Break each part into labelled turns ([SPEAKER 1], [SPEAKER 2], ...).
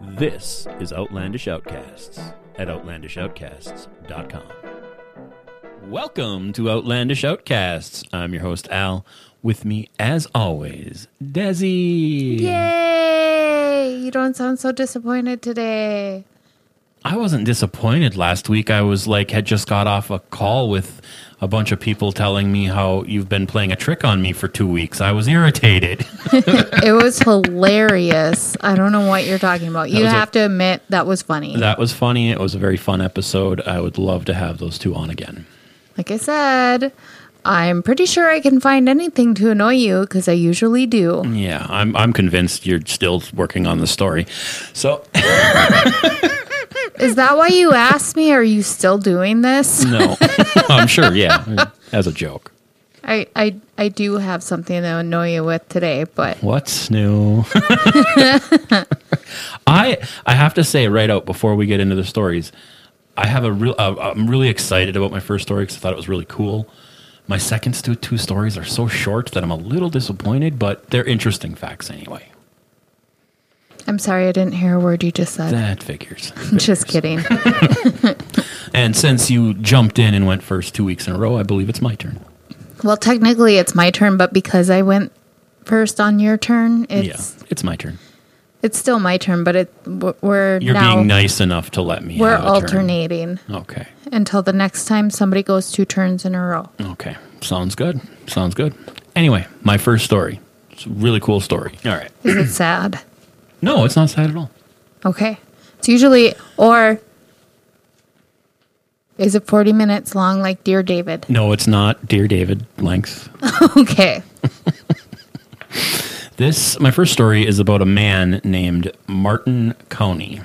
[SPEAKER 1] This is Outlandish Outcasts at OutlandishOutcasts.com. Welcome to Outlandish Outcasts. I'm your host, Al. With me, as always, Desi.
[SPEAKER 2] Yay! You don't sound so disappointed today.
[SPEAKER 1] I wasn't disappointed last week. I was like, had just got off a call with a bunch of people telling me how you've been playing a trick on me for two weeks. I was irritated.
[SPEAKER 2] It was hilarious. I don't know what you're talking about. You
[SPEAKER 1] was a-
[SPEAKER 2] have to admit that was funny.
[SPEAKER 1] that was funny. It was a very fun episode. I would love to have those two on again.
[SPEAKER 2] like I said, I'm pretty sure I can find anything to annoy you because I usually do.
[SPEAKER 1] Yeah, I'm I'm convinced you're still working on the story. So
[SPEAKER 2] Is that why you asked me? Are you still doing this?
[SPEAKER 1] no, I'm sure. Yeah, as a joke.
[SPEAKER 2] I, I I do have something to annoy you with today, but
[SPEAKER 1] What's new? I I have to say right out before we get into the stories, I have a real. Uh, I'm really excited about my first story because I thought it was really cool. My second stu- two stories are so short that I'm a little disappointed, but they're interesting facts anyway.
[SPEAKER 2] I'm sorry I didn't hear a word you just said.
[SPEAKER 1] That figures.
[SPEAKER 2] Just kidding.
[SPEAKER 1] And since you jumped in and went first two weeks in a row, I believe it's my turn.
[SPEAKER 2] well, technically it's my turn, but because I went first on your turn, it's
[SPEAKER 1] yeah, it's my turn.
[SPEAKER 2] It's still my turn, but it w- we're
[SPEAKER 1] You're
[SPEAKER 2] now
[SPEAKER 1] being nice enough to let me.
[SPEAKER 2] we're
[SPEAKER 1] have a turn.
[SPEAKER 2] alternating
[SPEAKER 1] Okay.
[SPEAKER 2] until the next time somebody goes two turns in a row.
[SPEAKER 1] Okay. Sounds good. Sounds good. Anyway, my first story. It's a really cool story. All right.
[SPEAKER 2] Is it sad?
[SPEAKER 1] No, it's not sad at all.
[SPEAKER 2] Okay, it's usually or is it forty minutes long, like Dear David?
[SPEAKER 1] No, it's not Dear David length.
[SPEAKER 2] Okay,
[SPEAKER 1] This my first story is about a man named Martin Coney.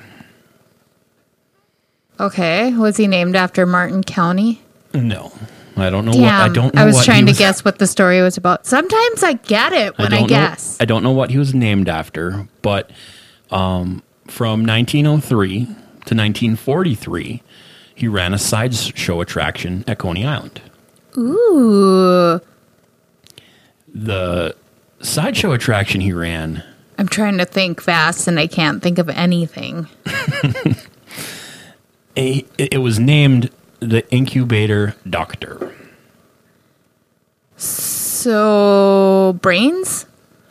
[SPEAKER 2] okay. Was he named after Martin County?
[SPEAKER 1] No. I don't know
[SPEAKER 2] Damn,
[SPEAKER 1] what I don't know
[SPEAKER 2] was
[SPEAKER 1] what he
[SPEAKER 2] trying
[SPEAKER 1] was-
[SPEAKER 2] to guess what the story was about. Sometimes I get it when I,
[SPEAKER 1] don't know-
[SPEAKER 2] guess.
[SPEAKER 1] I don't know what he was named after, but um, from 1903 to 1943, he ran a sideshow attraction at Coney Island.
[SPEAKER 2] Ooh,
[SPEAKER 1] The sideshow attraction he ran,
[SPEAKER 2] I'm trying to think fast and I can't think of anything.
[SPEAKER 1] eh, it was named the Incubator Doctor.
[SPEAKER 2] So brains.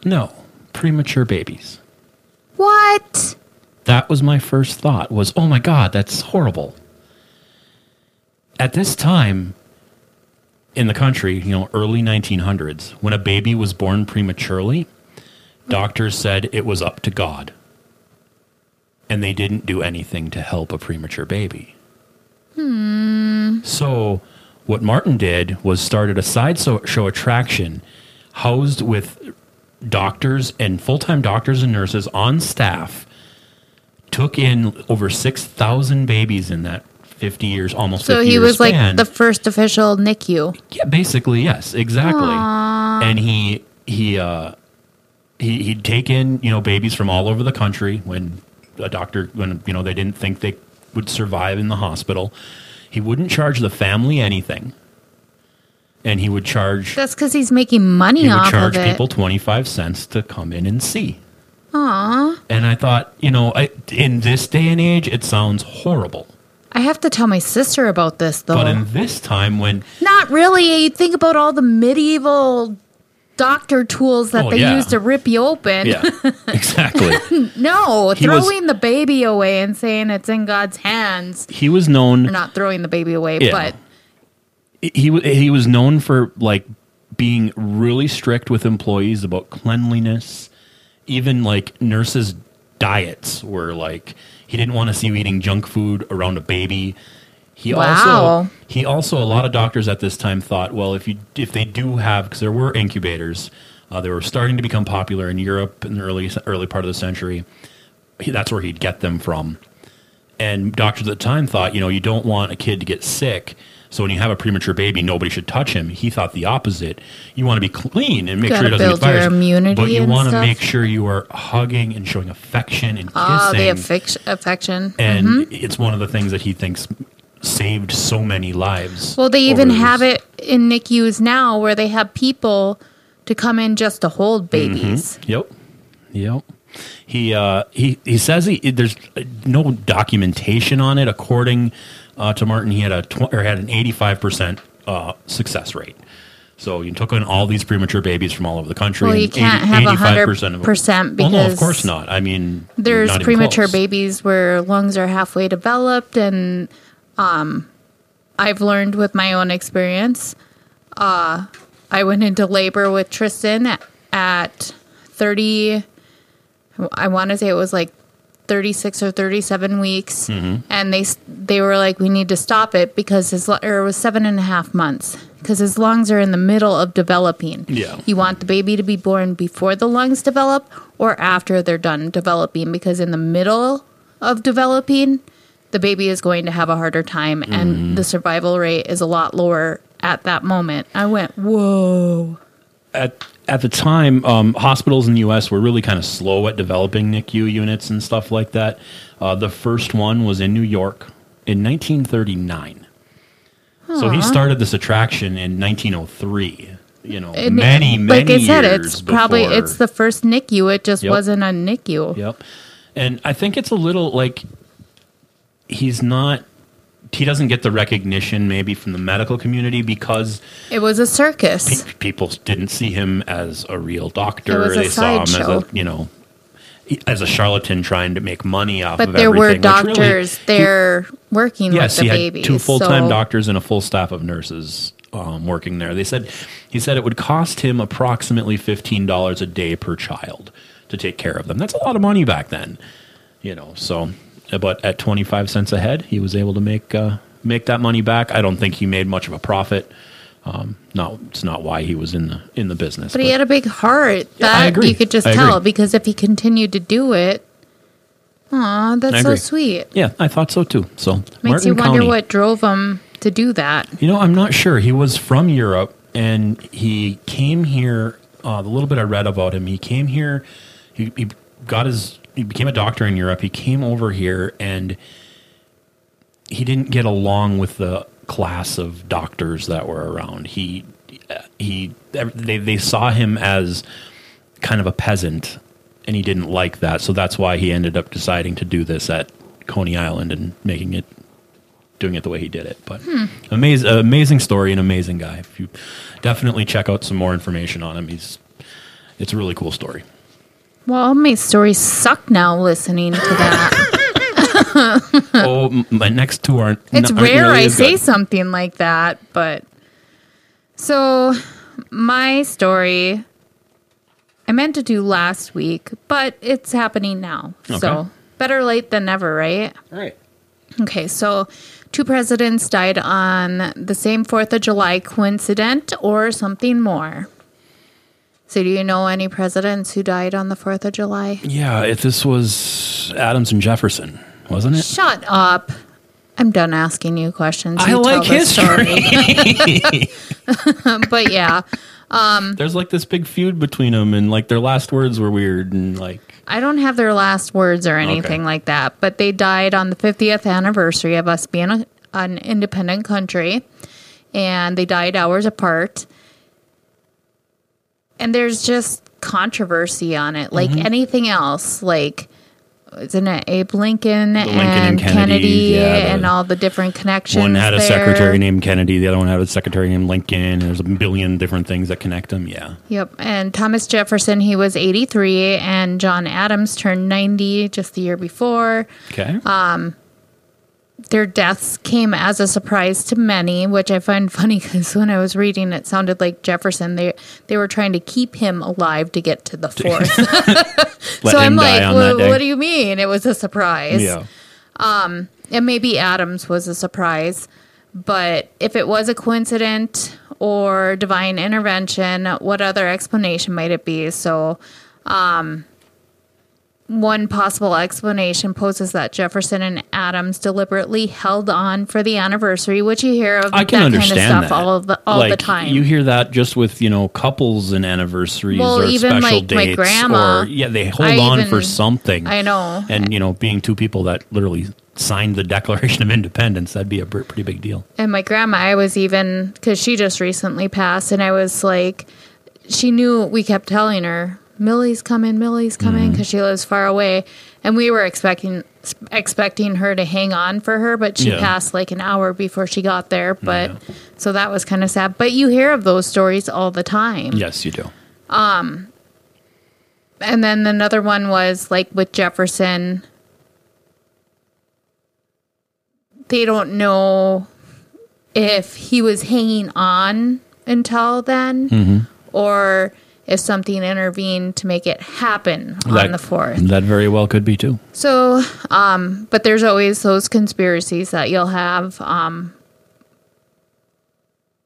[SPEAKER 1] No, premature babies.
[SPEAKER 2] What?
[SPEAKER 1] That was my first thought was, "Oh my god, that's horrible." At this time in the country, you know, early 1900s, when a baby was born prematurely, doctors said it was up to God. And they didn't do anything to help a premature baby. Hmm. So, what Martin did was started a sideshow show attraction housed with doctors and full-time doctors and nurses on staff took in over 6,000 babies in that 50 years, almost
[SPEAKER 2] So
[SPEAKER 1] 50
[SPEAKER 2] he
[SPEAKER 1] year
[SPEAKER 2] was
[SPEAKER 1] span.
[SPEAKER 2] like the first official NICU.
[SPEAKER 1] Yeah, basically, yes, exactly. And he he uh he he'd taken, you know, babies from all over the country when a doctor when you know they didn't think they would survive in the hospital. He wouldn't charge the family anything. And he would charge
[SPEAKER 2] That's because he's making money
[SPEAKER 1] he would
[SPEAKER 2] off
[SPEAKER 1] charge
[SPEAKER 2] of it.
[SPEAKER 1] people 25 cents to come in and see. Aww. And I thought, you know, I, in this day and age, it sounds horrible.
[SPEAKER 2] I have to tell my sister about this though.
[SPEAKER 1] But in this time when
[SPEAKER 2] Not really. You think about all the medieval doctor tools that
[SPEAKER 1] Oh,
[SPEAKER 2] they
[SPEAKER 1] yeah.
[SPEAKER 2] used to rip you open.
[SPEAKER 1] yeah, exactly.
[SPEAKER 2] No,
[SPEAKER 1] He was-
[SPEAKER 2] throwing the baby away and saying it's in God's hands.
[SPEAKER 1] He was known
[SPEAKER 2] Or not throwing the baby away,
[SPEAKER 1] Yeah.
[SPEAKER 2] but
[SPEAKER 1] he wa- he was known for like being really strict with employees about cleanliness. Even like nurses' diets were like he didn't want to see you eating junk food around a baby. He
[SPEAKER 2] Wow.
[SPEAKER 1] also he also a lot of doctors at this time thought, well, if you if they do have because there were incubators, uh, they were starting to become popular in Europe in the early early part of the century. He- That's where he'd get them from and doctors at the time thought, you know, you don't want a kid to get sick. So when you have a premature baby, nobody should touch him. He thought the opposite. You want to be clean and make
[SPEAKER 2] Gotta
[SPEAKER 1] sure it doesn't
[SPEAKER 2] build
[SPEAKER 1] get
[SPEAKER 2] your
[SPEAKER 1] virus,
[SPEAKER 2] immunity
[SPEAKER 1] but you
[SPEAKER 2] and
[SPEAKER 1] want to
[SPEAKER 2] stuff.
[SPEAKER 1] make sure you are hugging and showing affection and kissing.
[SPEAKER 2] oh, the Mm-hmm. affection. affection.
[SPEAKER 1] and it's one of the things that he thinks saved so many lives.
[SPEAKER 2] Well, they
[SPEAKER 1] over
[SPEAKER 2] even
[SPEAKER 1] the years.
[SPEAKER 2] have it in NICUs now
[SPEAKER 1] Mm-hmm.
[SPEAKER 2] where they have people to come in just to hold babies.
[SPEAKER 1] Yep. Yep. He uh, he he says he there's uh, no documentation on it. According uh, to Martin, he had a tw- or had an 85 percent uh, success rate. So you took in all these premature babies from all over the country.
[SPEAKER 2] Well, you can't have
[SPEAKER 1] 85% of-
[SPEAKER 2] 100%
[SPEAKER 1] Well, no, of
[SPEAKER 2] because
[SPEAKER 1] course not. I mean,
[SPEAKER 2] There's
[SPEAKER 1] not even
[SPEAKER 2] premature
[SPEAKER 1] close.
[SPEAKER 2] babies where lungs are halfway developed, and um, I've learned with my own experience. Uh, I went into labor with Tristan at, at 30. I want to say it was like 36 or 37 weeks,
[SPEAKER 1] Mm-hmm.
[SPEAKER 2] and they s- they were like, "We need to stop it because his lu- or it was seven and a half months because his lungs are in the middle of developing.
[SPEAKER 1] Yeah.
[SPEAKER 2] you want the baby to be born before the lungs develop or after they're done developing because in the middle of developing, the baby is going to have a harder time,
[SPEAKER 1] Mm-hmm.
[SPEAKER 2] and the survival rate is a lot lower at that moment. I went, whoa.
[SPEAKER 1] at at the time, um, hospitals in the U.S. were really kind of slow at developing NICU units and stuff like that. Uh, the first one was in New York in 1939. So he started this attraction in 1903. You know,
[SPEAKER 2] It-
[SPEAKER 1] many, many
[SPEAKER 2] like I said,
[SPEAKER 1] years
[SPEAKER 2] it's probably
[SPEAKER 1] before-
[SPEAKER 2] it's the first NICU. It just
[SPEAKER 1] Yep.
[SPEAKER 2] wasn't a NICU.
[SPEAKER 1] Yep. And I think it's a little like he's not he doesn't get the recognition maybe from the medical community because
[SPEAKER 2] It was a circus.
[SPEAKER 1] people didn't see him as a real
[SPEAKER 2] It
[SPEAKER 1] doctor.
[SPEAKER 2] was a
[SPEAKER 1] they saw him
[SPEAKER 2] sideshow.
[SPEAKER 1] as a you know as a charlatan trying to make money off
[SPEAKER 2] But
[SPEAKER 1] of
[SPEAKER 2] there were
[SPEAKER 1] everything. which really-
[SPEAKER 2] doctors there working
[SPEAKER 1] yes,
[SPEAKER 2] with the
[SPEAKER 1] he had
[SPEAKER 2] babies.
[SPEAKER 1] two full time
[SPEAKER 2] so-
[SPEAKER 1] doctors and a full staff of nurses um, working there. They said he said it would cost him approximately fifteen dollars a day per child to take care of them. That's a lot of money back then, you know. So, but at twenty five cents a head, he was able to make uh, make that money back. I don't think he made much of a profit. Um, not it's not why he was in the in the business.
[SPEAKER 2] But he had a big heart.
[SPEAKER 1] Yeah, I
[SPEAKER 2] That
[SPEAKER 1] agree.
[SPEAKER 2] you could just
[SPEAKER 1] I agree.
[SPEAKER 2] tell because if he continued to do it, aw,
[SPEAKER 1] I
[SPEAKER 2] that's so
[SPEAKER 1] agree.
[SPEAKER 2] sweet.
[SPEAKER 1] yeah, I thought so too. So
[SPEAKER 2] Makes
[SPEAKER 1] Martin
[SPEAKER 2] you wonder
[SPEAKER 1] County.
[SPEAKER 2] what drove him to do that.
[SPEAKER 1] You know, I'm not sure. He was from Europe and he came here. Uh, the little bit I read about him, he came here. He, he got his. He became a doctor in Europe. He came over here and he didn't get along with the class of doctors that were around. He he they they saw him as kind of a peasant, and he didn't like that. So that's why he ended up deciding to do this at Coney Island and making it doing it the way he did it. But amazing, amazing story, and amazing guy. If you definitely check out some more information on him, he's it's a really cool story.
[SPEAKER 2] Well, all my stories suck now listening to that.
[SPEAKER 1] oh, m- my next two aren't.
[SPEAKER 2] it's
[SPEAKER 1] aren't
[SPEAKER 2] rare
[SPEAKER 1] nearly
[SPEAKER 2] I
[SPEAKER 1] as
[SPEAKER 2] say
[SPEAKER 1] good.
[SPEAKER 2] something like that, but so my story I meant to do last week, but it's happening now.
[SPEAKER 1] Okay.
[SPEAKER 2] So better late than never, right?
[SPEAKER 1] All right.
[SPEAKER 2] Okay, so two presidents died on the same 4th of July, coincident or something more? So, do you know any presidents who died on the 4th of July?
[SPEAKER 1] Yeah, if this was Adams and Jefferson, wasn't it?
[SPEAKER 2] Shut up. I'm done asking you questions.
[SPEAKER 1] I
[SPEAKER 2] You tell
[SPEAKER 1] like
[SPEAKER 2] the
[SPEAKER 1] history.
[SPEAKER 2] story. but yeah,
[SPEAKER 1] There's like this big feud between them, and like their last words were weird, and like
[SPEAKER 2] I don't have their last words or anything like that, but they died on the 50th anniversary of us being a, an independent country, and they died hours apart. And there's just controversy on it, like
[SPEAKER 1] Mm-hmm.
[SPEAKER 2] anything else, like isn't it Abe Lincoln,
[SPEAKER 1] Lincoln and
[SPEAKER 2] and Kennedy,
[SPEAKER 1] Kennedy, yeah, the-
[SPEAKER 2] and all the different connections?
[SPEAKER 1] one had a
[SPEAKER 2] there.
[SPEAKER 1] secretary named Kennedy, the other one had a secretary named Lincoln. And there's a billion different things that connect them. Yeah,
[SPEAKER 2] Yep. And Thomas Jefferson, he was 83, and John Adams turned 90 just the year before.
[SPEAKER 1] okay.
[SPEAKER 2] Uh, their deaths came as a surprise to many, which I find funny because when I was reading, it sounded like Jefferson. They they were trying to keep him alive to get to the fourth.
[SPEAKER 1] Let him
[SPEAKER 2] so I'm
[SPEAKER 1] die
[SPEAKER 2] like,
[SPEAKER 1] on
[SPEAKER 2] "Wha-
[SPEAKER 1] that day.
[SPEAKER 2] what do you mean? It was a surprise.
[SPEAKER 1] yeah.
[SPEAKER 2] And maybe Adams was a surprise, but if it was a coincidence or divine intervention, what other explanation might it be? So, um, one possible explanation poses that Jefferson and Adams deliberately held on for the anniversary, which you hear of
[SPEAKER 1] I can
[SPEAKER 2] that
[SPEAKER 1] understand
[SPEAKER 2] kind of stuff
[SPEAKER 1] that.
[SPEAKER 2] all the all
[SPEAKER 1] like,
[SPEAKER 2] the time.
[SPEAKER 1] You hear that just with you know couples and anniversaries
[SPEAKER 2] Well,
[SPEAKER 1] or
[SPEAKER 2] even,
[SPEAKER 1] special
[SPEAKER 2] like, my
[SPEAKER 1] dates.
[SPEAKER 2] grandma,
[SPEAKER 1] or yeah, they hold
[SPEAKER 2] I
[SPEAKER 1] on for
[SPEAKER 2] even-
[SPEAKER 1] something.
[SPEAKER 2] I know.
[SPEAKER 1] And you know, being two people that literally signed the Declaration of Independence, that'd be a pr- pretty big deal.
[SPEAKER 2] and my grandma, I was even because she just recently passed, and I was like, she knew we kept telling her Millie's coming, Millie's coming,
[SPEAKER 1] Mm-hmm.
[SPEAKER 2] because she lives far away, and we were expecting s- expecting her to hang on for her, but she
[SPEAKER 1] Yeah.
[SPEAKER 2] passed like an hour before she got there. But
[SPEAKER 1] Yeah.
[SPEAKER 2] so that was kind of sad. But you hear of those stories all the time.
[SPEAKER 1] Yes, you do.
[SPEAKER 2] And then another one was like with Jefferson. They don't know if he was hanging on until then or if something intervened to make it happen on the 4th.
[SPEAKER 1] That very well could be too.
[SPEAKER 2] So, um, but there's always those conspiracies that you'll have. Um,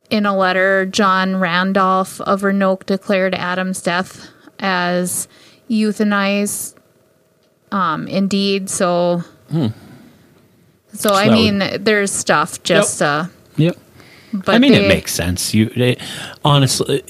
[SPEAKER 2] in a letter, John Randolph of Roanoke declared Adam's death as euthanized. Um, indeed, so. So, I
[SPEAKER 1] Hmm. that
[SPEAKER 2] mean, there's stuff just. Uh,
[SPEAKER 1] Yep.
[SPEAKER 2] but
[SPEAKER 1] I mean,
[SPEAKER 2] they-
[SPEAKER 1] it makes sense. You it, honestly,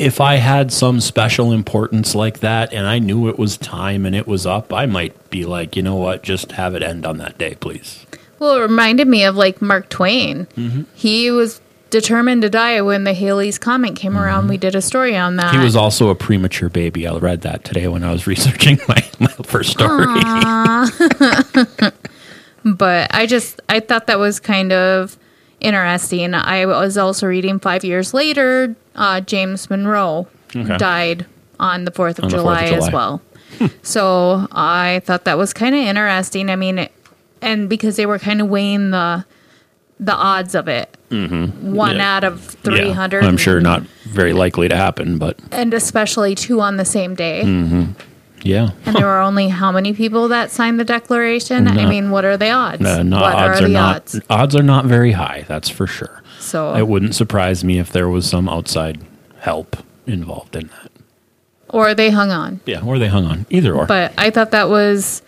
[SPEAKER 1] if I had some special importance like that, and I knew it was time and it was up, I might be like, you know what, just have it end on that day, please.
[SPEAKER 2] Well, it reminded me of like Mark Twain.
[SPEAKER 1] Mm-hmm.
[SPEAKER 2] He was determined to die when the Haley's Comet came around. We did a story on that.
[SPEAKER 1] Mm-hmm. He was also a premature baby. I read that today when I was researching my, my first story.
[SPEAKER 2] but I just I thought that was kind of interesting. I was also reading five years later, uh, James Monroe
[SPEAKER 1] Okay.
[SPEAKER 2] died on the fourth of,
[SPEAKER 1] On the 4th of
[SPEAKER 2] July
[SPEAKER 1] July.
[SPEAKER 2] as
[SPEAKER 1] Hmm.
[SPEAKER 2] well. so I thought that was kind of interesting. I mean, it, and because they were kind of weighing the the odds of it, mm-hmm. one
[SPEAKER 1] Yeah.
[SPEAKER 2] out of three hundred.
[SPEAKER 1] Yeah, I'm sure not very likely to happen, but
[SPEAKER 2] and especially two on the same day.
[SPEAKER 1] Hmm. yeah.
[SPEAKER 2] And there were only how many people that signed the declaration? I mean, what are the odds?
[SPEAKER 1] Uh, not
[SPEAKER 2] what
[SPEAKER 1] odds are, not odds? are not very high. That's for sure.
[SPEAKER 2] So
[SPEAKER 1] It wouldn't surprise me if there was some outside help involved in that.
[SPEAKER 2] or they hung on.
[SPEAKER 1] Yeah, or they hung on. Either or.
[SPEAKER 2] But I thought that was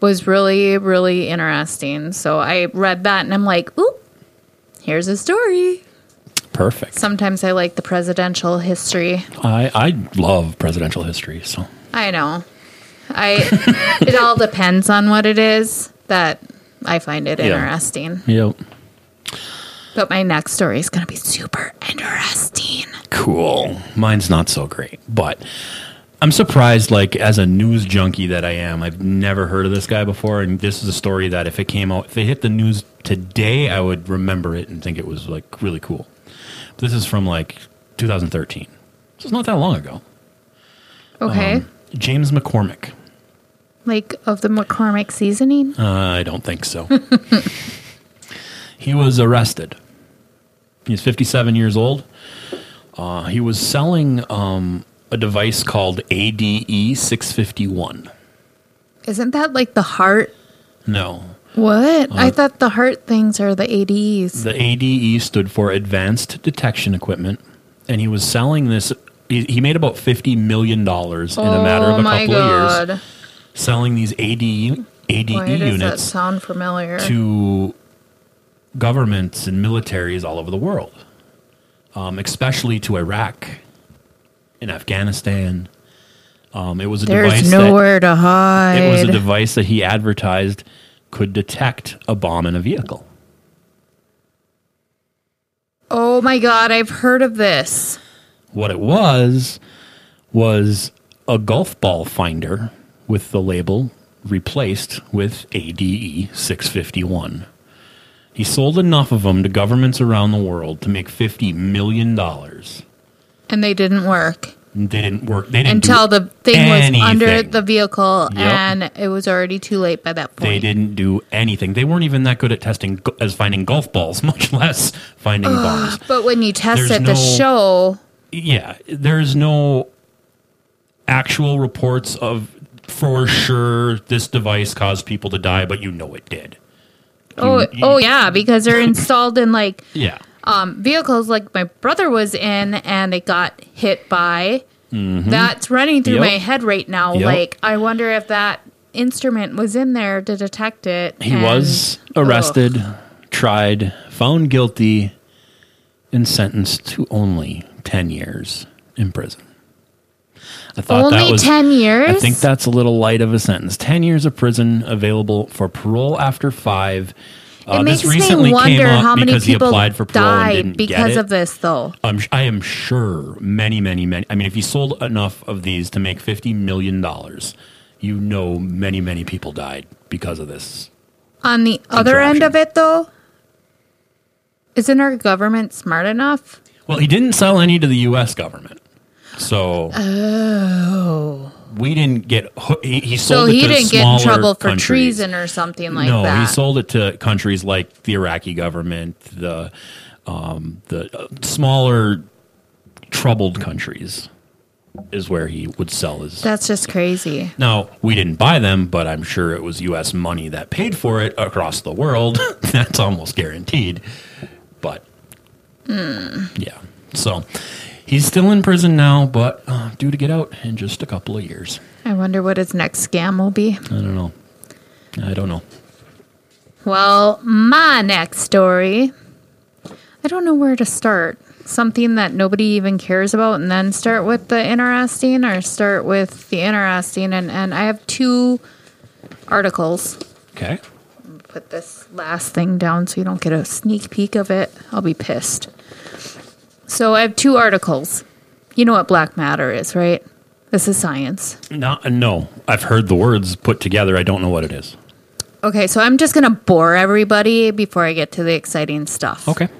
[SPEAKER 2] was really really interesting. So I read that and I'm like, "Ooh, here's a story."
[SPEAKER 1] Perfect.
[SPEAKER 2] Sometimes I like the presidential history.
[SPEAKER 1] I, I love presidential history, so
[SPEAKER 2] I know. I it all depends on what it is that I find it interesting.
[SPEAKER 1] yep.
[SPEAKER 2] But my next story is going to be super interesting.
[SPEAKER 1] Cool. Mine's not so great, but I'm surprised like as a news junkie that I am. I've never heard of this guy before and this is a story that if it came out if it hit the news today, I would remember it and think it was like really cool. This is from like 2013. So it's not that long ago. Um,
[SPEAKER 2] Okay.
[SPEAKER 1] Uh-huh. James McCormick.
[SPEAKER 2] like of the McCormick seasoning?
[SPEAKER 1] Uh, I don't think so. he was arrested. He's 57 years old. Uh, he was selling um, a device called E ADE 651.
[SPEAKER 2] Isn't that like the heart?
[SPEAKER 1] No,
[SPEAKER 2] What? I thought the heart things are the ADs.
[SPEAKER 1] the ADE stood for Advanced Detection Equipment, and he was selling this. He, he made about $50 million in a matter
[SPEAKER 2] Oh
[SPEAKER 1] of a couple of years selling these E, ADE, ADE
[SPEAKER 2] Why does that
[SPEAKER 1] units
[SPEAKER 2] sound familiar?
[SPEAKER 1] to governments and militaries all over the world, um, especially to Iraq and Afghanistan. Um, it was a
[SPEAKER 2] There's
[SPEAKER 1] device
[SPEAKER 2] nowhere to
[SPEAKER 1] that
[SPEAKER 2] hide.
[SPEAKER 1] it was a device that he advertised could detect a bomb in a vehicle.
[SPEAKER 2] oh my god, I've heard of this.
[SPEAKER 1] What it was was a golf ball finder with the label replaced with ADE 651. He sold enough of them to governments around the world to make 50 million dollars.
[SPEAKER 2] And they didn't work
[SPEAKER 1] They didn't work. They didn't do
[SPEAKER 2] until the thing
[SPEAKER 1] anything.
[SPEAKER 2] was under the vehicle
[SPEAKER 1] Yep.
[SPEAKER 2] and it was already too late by that point.
[SPEAKER 1] They didn't do anything. They weren't even that good at testing go- as finding golf balls, much less finding bombs.
[SPEAKER 2] But when you test
[SPEAKER 1] There's
[SPEAKER 2] at the
[SPEAKER 1] no-
[SPEAKER 2] show,
[SPEAKER 1] yeah, there's no actual reports of for sure this device caused people to die, but you know it did.
[SPEAKER 2] oh,
[SPEAKER 1] you-
[SPEAKER 2] oh yeah, because they're installed in like
[SPEAKER 1] Yeah.
[SPEAKER 2] um, vehicles like my brother was in and it got hit by.
[SPEAKER 1] Mm-hmm.
[SPEAKER 2] That's running through
[SPEAKER 1] Yep.
[SPEAKER 2] my head right now.
[SPEAKER 1] Yep.
[SPEAKER 2] Like, I wonder if that instrument was in there to detect it.
[SPEAKER 1] He
[SPEAKER 2] and-
[SPEAKER 1] was
[SPEAKER 2] Ugh.
[SPEAKER 1] arrested, tried, found guilty, and sentenced to only 10 years in prison. I thought
[SPEAKER 2] Only
[SPEAKER 1] that was
[SPEAKER 2] 10 years?
[SPEAKER 1] I think that's a little light of a sentence. 10 years of prison available for parole after 5 Uh,
[SPEAKER 2] it
[SPEAKER 1] this
[SPEAKER 2] makes me
[SPEAKER 1] recently came
[SPEAKER 2] wonder
[SPEAKER 1] up
[SPEAKER 2] how many
[SPEAKER 1] because he
[SPEAKER 2] people
[SPEAKER 1] applied for parole and
[SPEAKER 2] died
[SPEAKER 1] didn't get
[SPEAKER 2] because
[SPEAKER 1] it.
[SPEAKER 2] of this, though.
[SPEAKER 1] I'm, I am sure many, many, many. I mean, if you sold enough of these to make fifty million dollars, you know, many, many people died because of this.
[SPEAKER 2] On the other end
[SPEAKER 1] Contraption.
[SPEAKER 2] of it, though, isn't our government smart enough?
[SPEAKER 1] Well, he didn't sell any to the U.S. government, so we didn't get. hoo- He, he
[SPEAKER 2] Oh. So
[SPEAKER 1] sold. it
[SPEAKER 2] he
[SPEAKER 1] to
[SPEAKER 2] didn't get in
[SPEAKER 1] smaller
[SPEAKER 2] trouble for
[SPEAKER 1] countries.
[SPEAKER 2] treason or something like
[SPEAKER 1] no,
[SPEAKER 2] that.
[SPEAKER 1] he sold it to countries like the Iraqi government, the um, the uh, smaller troubled countries is where he would sell his.
[SPEAKER 2] That's just crazy.
[SPEAKER 1] Now, we didn't buy them, but I'm sure it was US money that paid for it across the world. That's almost guaranteed. But hmm. yeah. So he's still in prison now, but uh, due to get out in just a couple of years.
[SPEAKER 2] I wonder what his next scam will be.
[SPEAKER 1] I don't know. I don't know.
[SPEAKER 2] Well, my next story. I don't know where to start. Something that nobody even cares about, and then start with the interesting, or start with the interesting. And, and I have two articles.
[SPEAKER 1] Okay.
[SPEAKER 2] Put this last thing down so you don't get a sneak peek of it. I'll be pissed. So I have two articles. You know what black matter is, right? This is science.
[SPEAKER 1] No, uh, no, I've heard the words put together. I don't know what it is.
[SPEAKER 2] Okay, so I'm just going to bore everybody before I get to the exciting stuff.
[SPEAKER 1] Okay.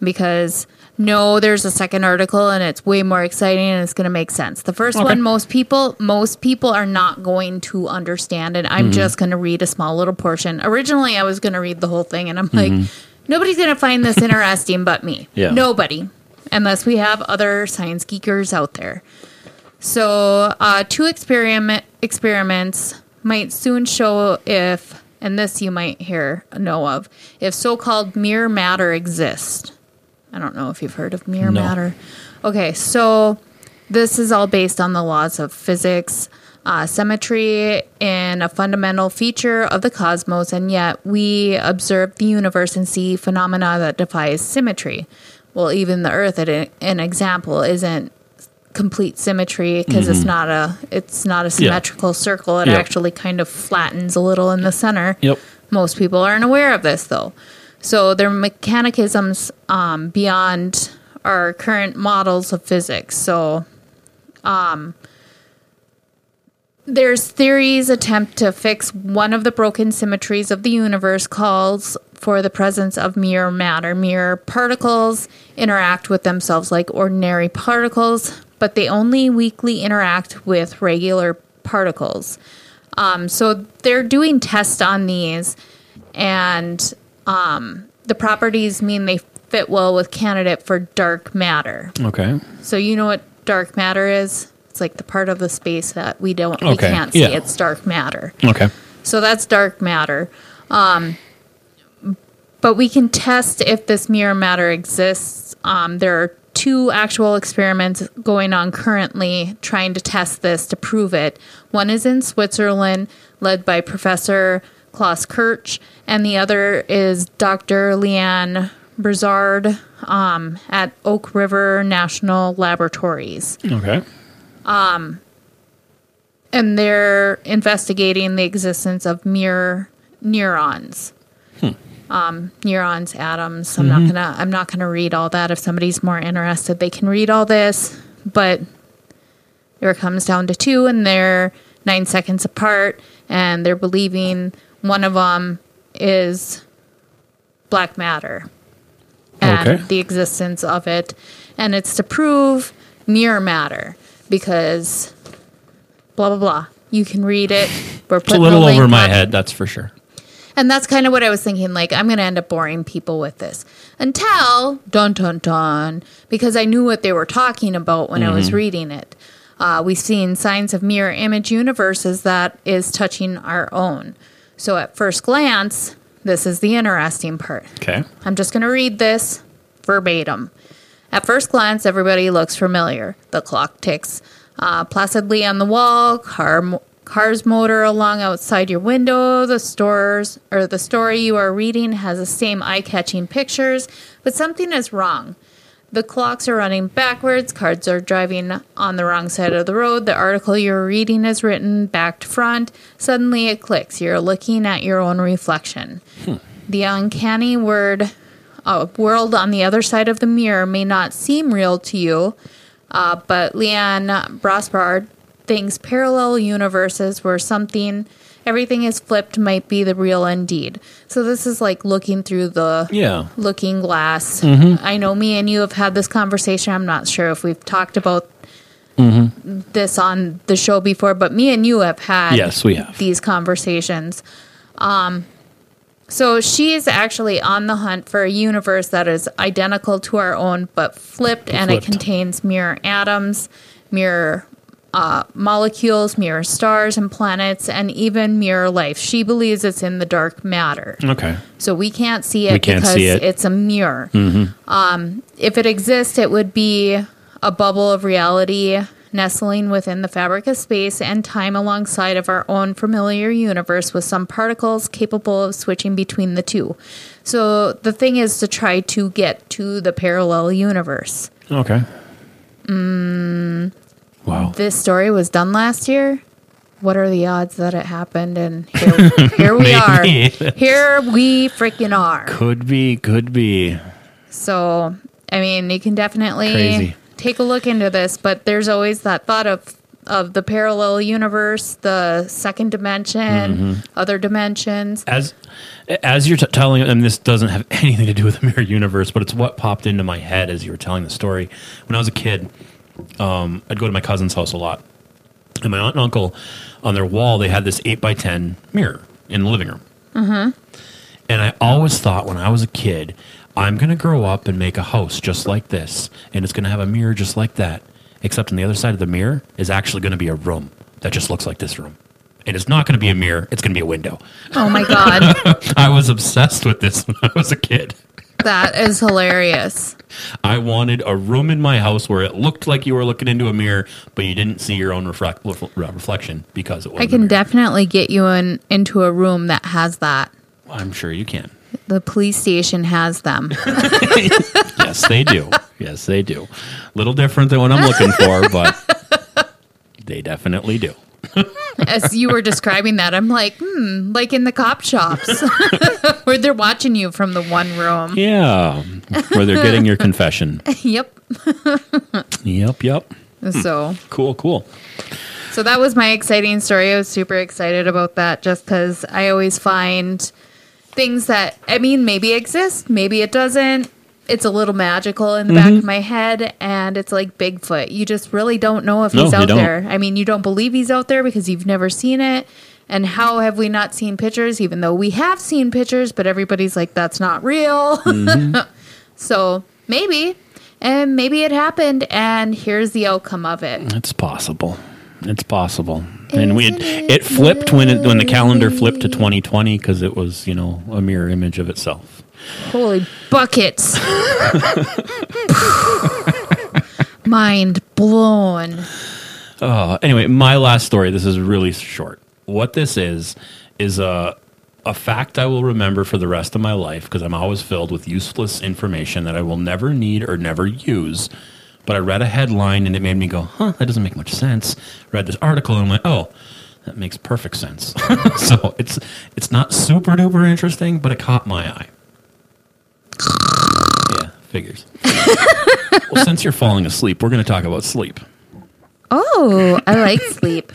[SPEAKER 2] because no, there's a second article and it's way more exciting and it's going to make sense. The first
[SPEAKER 1] Okay.
[SPEAKER 2] one, most people, most people are not going to understand, and
[SPEAKER 1] Mm-hmm.
[SPEAKER 2] I'm just going to read a small little portion. Originally, I was going to read the whole thing, and I'm like, nobody's going to find this interesting but me.
[SPEAKER 1] Mm-hmm. Yeah.
[SPEAKER 2] Nobody, unless we have other science geekers out there. So, uh, two experiment experiments might soon show if, and this you might hear know of, if so-called mere matter exists. I don't know if you've heard of mere
[SPEAKER 1] No.
[SPEAKER 2] matter. Okay, so this is all based on the laws of physics, uh, symmetry, and a fundamental feature of the cosmos, and yet we observe the universe and see phenomena that defies symmetry. Well, even the Earth, at an example, isn't complete symmetry because it's not a it's not a symmetrical circle. It
[SPEAKER 1] Yeah.
[SPEAKER 2] actually kind of flattens a little in the center.
[SPEAKER 1] Yep.
[SPEAKER 2] Most people aren't aware of this, though. So they're mechanicisms um, beyond our current models of physics. So um, there's theories attempt to fix one of the broken symmetries of the universe calls for the presence of mere matter. Mere particles interact with themselves like ordinary particles, but they only weakly interact with regular particles. Um, so they're doing tests on these, and um, the properties mean they fit well with candidate for dark matter.
[SPEAKER 1] Okay.
[SPEAKER 2] So you know what dark matter is? It's like the part of the space that we don't we
[SPEAKER 1] Okay,
[SPEAKER 2] can't see.
[SPEAKER 1] yeah.
[SPEAKER 2] It's dark matter.
[SPEAKER 1] Okay.
[SPEAKER 2] So that's dark matter. Um, but we can test if this mirror matter exists. Um, there are two actual experiments going on currently trying to test this to prove it. One is in Switzerland, led by Professor Klaus Kirch, and the other is Dr. Leanne Brizard um, at Oak River National Laboratories
[SPEAKER 1] Okay.
[SPEAKER 2] and they're investigating the existence of mirror neurons. Um, neurons, atoms. I'm not gonna. I'm not gonna read all that. If somebody's more interested, they can read all this. But it comes down to two, and they're nine seconds apart, and they're believing one of them is black matter and
[SPEAKER 1] Okay.
[SPEAKER 2] the existence of it, and it's to prove mirror matter because blah blah blah. You can read it. We're
[SPEAKER 1] It's a
[SPEAKER 2] putting
[SPEAKER 1] little
[SPEAKER 2] the link
[SPEAKER 1] over my
[SPEAKER 2] up.
[SPEAKER 1] head, that's for sure.
[SPEAKER 2] and that's kind of what I was thinking. Like I'm going to end up boring people with this until dun dun dun, because I knew what they were talking about when I
[SPEAKER 1] Mm-hmm.
[SPEAKER 2] was reading it. Uh, we've seen signs of mirror image universes that is touching our own. So at first glance, this is the interesting part.
[SPEAKER 1] Okay.
[SPEAKER 2] I'm just going to read this verbatim. At first glance, everybody looks familiar. The clock ticks uh, placidly on the wall. Car mo- cars motor along outside your window. The stores or the story you are reading has the same eye-catching pictures, but something is wrong. The clocks are running backwards. Cars are driving on the wrong side of the road. The article you're reading is written back to front. Suddenly, it clicks. You're looking at your own reflection. The uncanny word, uh, world on the other side of the mirror may not seem real to you, uh, but Leanne Brossard thinks parallel universes where something, everything is flipped might be the real indeed. So this is like looking through the
[SPEAKER 1] Yeah.
[SPEAKER 2] looking glass.
[SPEAKER 1] Mm-hmm.
[SPEAKER 2] I know me and you have had this conversation. I'm not sure if we've talked about
[SPEAKER 1] Mm-hmm.
[SPEAKER 2] this on the show before, but me and you have had
[SPEAKER 1] Yes, we have.
[SPEAKER 2] these conversations. Um, so she is actually on the hunt for a universe that is identical to our own, but flipped, and it
[SPEAKER 1] Flipped.
[SPEAKER 2] contains mirror atoms, mirror uh, molecules, mirror stars and planets, and even mirror life. She believes it's in the dark matter.
[SPEAKER 1] Okay.
[SPEAKER 2] So we can't see it
[SPEAKER 1] We can't
[SPEAKER 2] because
[SPEAKER 1] see it. Mm-hmm.
[SPEAKER 2] it's a mirror. Um, if it exists, it would be a bubble of reality nestling within the fabric of space and time alongside of our own familiar universe with some particles capable of switching between the two. So the thing is to try to get to the parallel universe.
[SPEAKER 1] Okay. Wow.
[SPEAKER 2] This story was done last year. What are the odds that it happened? And here, here we are.
[SPEAKER 1] Maybe.
[SPEAKER 2] Here we freaking are.
[SPEAKER 1] Could be, could be.
[SPEAKER 2] So, I mean, you can definitely
[SPEAKER 1] Crazy.
[SPEAKER 2] take a look into this, but there's always that thought of of the parallel universe, the second dimension, other dimensions.
[SPEAKER 1] As as you're t- telling, and this doesn't have anything to do with the mirror universe, but it's what popped into my head as you were telling the story. When I was a kid, um, I'd go to my cousin's house a lot, and my aunt and uncle on their wall they had this eight by ten mirror in the living room. And I always thought when I was a kid, I'm going to grow up and make a house just like this, and it's going to have a mirror just like that. Except on the other side of the mirror is actually going to be a room that just looks like this room. And it's not going to be a mirror, it's going to be a window.
[SPEAKER 2] Oh my god,
[SPEAKER 1] I was obsessed with this when I was a kid.
[SPEAKER 2] that is hilarious.
[SPEAKER 1] I wanted a room in my house where it looked like you were looking into a mirror, but you didn't see your own reflect- ref- reflection because it was.
[SPEAKER 2] I can definitely get you in into a room that has that.
[SPEAKER 1] I'm sure you can.
[SPEAKER 2] The police station has them.
[SPEAKER 1] Yes, they do. yes, they do. Little different than what I'm looking for, but they definitely do.
[SPEAKER 2] As you were describing that, I'm like, hmm, like in the cop shops where they're watching you from the one room.
[SPEAKER 1] Yeah, where they're getting your confession.
[SPEAKER 2] Yep.
[SPEAKER 1] Yep, yep.
[SPEAKER 2] So
[SPEAKER 1] Cool, cool.
[SPEAKER 2] So that was my exciting story. I was super excited about that just because I always find things that, I mean, maybe exist, maybe it doesn't. It's a little magical in the
[SPEAKER 1] Mm-hmm.
[SPEAKER 2] back of my head, and it's like Bigfoot. You just really don't know if
[SPEAKER 1] No,
[SPEAKER 2] he's
[SPEAKER 1] you
[SPEAKER 2] out
[SPEAKER 1] don't.
[SPEAKER 2] there. I mean, you don't believe he's out there because you've never seen it. And how have we not seen pictures, even though we have seen pictures, but everybody's like, that's not real.
[SPEAKER 1] Mm-hmm.
[SPEAKER 2] so maybe, and maybe it happened, and here's the outcome of it.
[SPEAKER 1] It's possible. It's possible. And we it, it flipped when it, when the calendar flipped to 2020 because it was you know a mirror image of itself.
[SPEAKER 2] Holy buckets. Mind blown.
[SPEAKER 1] Uh, anyway, my last story. This is really short. What this is is a a fact I will remember for the rest of my life because I'm always filled with useless information that I will never need or never use. But I read a headline and it made me go, "Huh, that doesn't make much sense." Read this article and I'm like, "Oh, that makes perfect sense." so it's it's not super duper interesting, but it caught my eye. Yeah, figures. well, since you're falling asleep, we're going to talk about sleep.
[SPEAKER 2] Oh, I like sleep.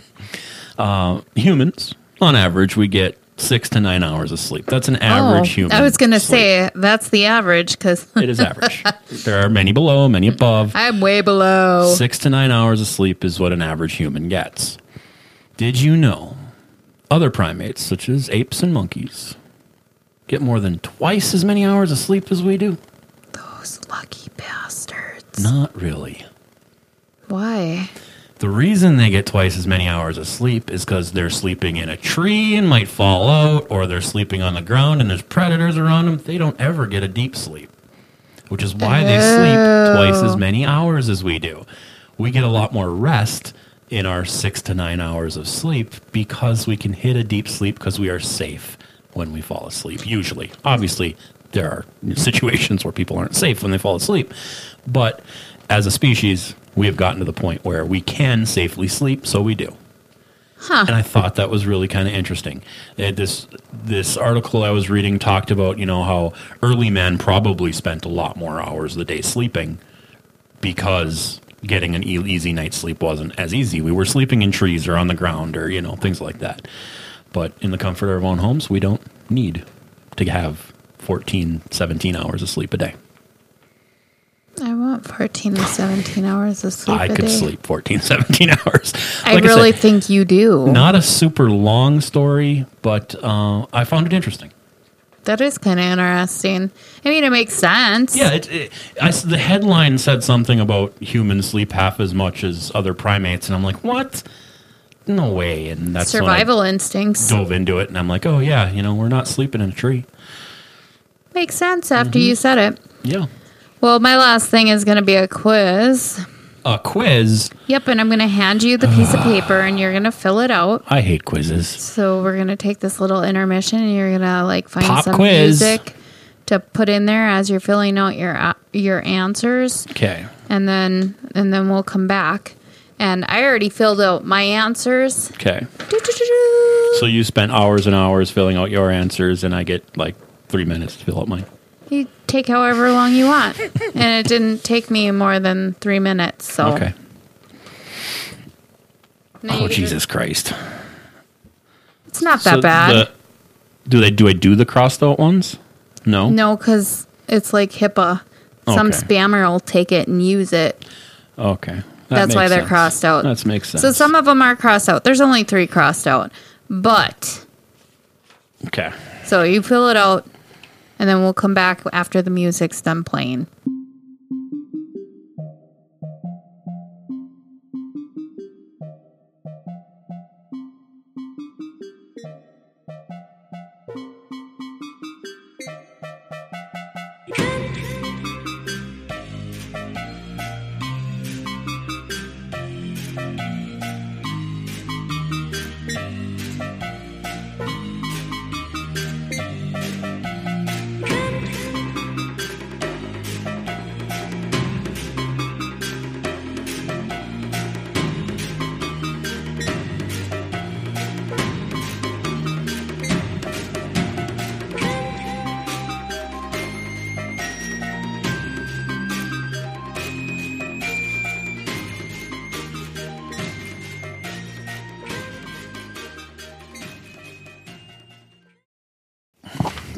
[SPEAKER 1] humans, on average, we get six to nine hours of sleep. That's an average
[SPEAKER 2] oh,
[SPEAKER 1] human.
[SPEAKER 2] I was going to
[SPEAKER 1] sleep.
[SPEAKER 2] say that's the average because
[SPEAKER 1] it is average. there are many below, many above.
[SPEAKER 2] I'm way below.
[SPEAKER 1] Six to nine hours of sleep is what an average human gets. Did you know other primates, such as apes and monkeys, get more than twice as many hours of sleep as we do?
[SPEAKER 2] Those lucky bastards.
[SPEAKER 1] Not really.
[SPEAKER 2] Why?
[SPEAKER 1] The reason they get twice as many hours of sleep is because they're sleeping in a tree and might fall out, or they're sleeping on the ground and there's predators around them. They don't ever get a deep sleep, which is why they sleep twice as many hours as we do. We get a lot more rest in our six to nine hours of sleep because we can hit a deep sleep because we are safe when we fall asleep, usually. Obviously, there are situations where people aren't safe when they fall asleep, but as a species, we have gotten to the point where we can safely sleep, so we do. And I thought that was really kind of interesting. They had this this article I was reading talked about, you know, how early men probably spent a lot more hours of the day sleeping because getting an e- easy night's sleep wasn't as easy. We were sleeping in trees or on the ground or, you know, things like that. But in the comfort of our own homes, we don't need to have 14, 17 hours of sleep a day.
[SPEAKER 2] I want 14 to 17 hours of sleep.
[SPEAKER 1] I
[SPEAKER 2] a
[SPEAKER 1] could
[SPEAKER 2] day.
[SPEAKER 1] sleep 14, 17 hours.
[SPEAKER 2] I
[SPEAKER 1] Like
[SPEAKER 2] really
[SPEAKER 1] said,
[SPEAKER 2] think you do.
[SPEAKER 1] not a super long story, but uh, I found it interesting.
[SPEAKER 2] That is kind of interesting. I mean, it makes sense.
[SPEAKER 1] Yeah, it, it, I s the headline said something about humans sleep half as much as other primates, and I'm like, what? No way. And that's when I
[SPEAKER 2] Survival instincts
[SPEAKER 1] dove into it, and I'm like, oh yeah, you know, we're not sleeping in a tree.
[SPEAKER 2] makes sense after
[SPEAKER 1] Mm-hmm.
[SPEAKER 2] you said it.
[SPEAKER 1] Yeah,
[SPEAKER 2] Well, my last thing is going to be a quiz.
[SPEAKER 1] a quiz.
[SPEAKER 2] Yep, and I'm going to hand you the piece of paper and you're going to fill it out.
[SPEAKER 1] I hate quizzes.
[SPEAKER 2] So we're going to take this little intermission and you're going to like find
[SPEAKER 1] Pop
[SPEAKER 2] some
[SPEAKER 1] quiz.
[SPEAKER 2] music to put in there as you're filling out your uh, your answers
[SPEAKER 1] Okay.
[SPEAKER 2] and then and then we'll come back. And I already filled out my answers.
[SPEAKER 1] Okay.
[SPEAKER 2] Doo-doo-doo-doo.
[SPEAKER 1] So you spent hours and hours filling out your answers, and I get like three minutes to fill out mine.
[SPEAKER 2] You take however long you want. and it didn't take me more than three minutes. So
[SPEAKER 1] Okay.
[SPEAKER 2] Now
[SPEAKER 1] Oh
[SPEAKER 2] you can just-
[SPEAKER 1] Jesus Christ.
[SPEAKER 2] It's not that
[SPEAKER 1] So
[SPEAKER 2] bad. No, 'cause
[SPEAKER 1] the- do they do I do the crossed out ones? No.
[SPEAKER 2] no, because it's like HIPAA. Some
[SPEAKER 1] Okay.
[SPEAKER 2] spammer will take it and use it.
[SPEAKER 1] Okay. That
[SPEAKER 2] That's why
[SPEAKER 1] makes
[SPEAKER 2] they're
[SPEAKER 1] sense.
[SPEAKER 2] crossed out.
[SPEAKER 1] That makes sense.
[SPEAKER 2] So some of them are crossed out. There's only three crossed out. But
[SPEAKER 1] okay.
[SPEAKER 2] so you fill it out, and then we'll come back after the music's done playing.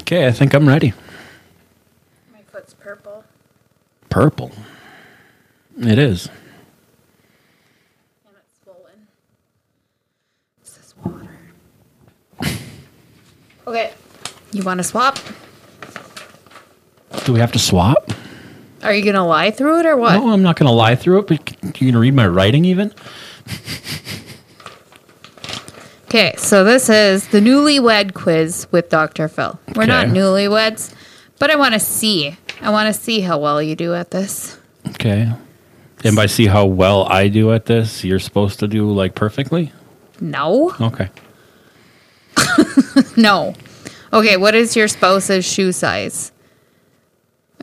[SPEAKER 1] Okay, I think I'm ready.
[SPEAKER 2] My foot's purple.
[SPEAKER 1] Purple. It is.
[SPEAKER 2] And it's swollen. This is water. okay. You want to swap?
[SPEAKER 1] Do we have to swap?
[SPEAKER 2] Are you going to lie through it or what?
[SPEAKER 1] No, I'm not going to lie through it. But you going to read my writing even?
[SPEAKER 2] Okay, so this is the newlywed quiz with Dr. Phil. We're not
[SPEAKER 1] Okay.
[SPEAKER 2] newlyweds, but I want to see. I want to see how well you do at this.
[SPEAKER 1] Okay. And by see how well I do at this, you're supposed to do like perfectly?
[SPEAKER 2] No?
[SPEAKER 1] Okay.
[SPEAKER 2] No. Okay, what is your spouse's shoe size?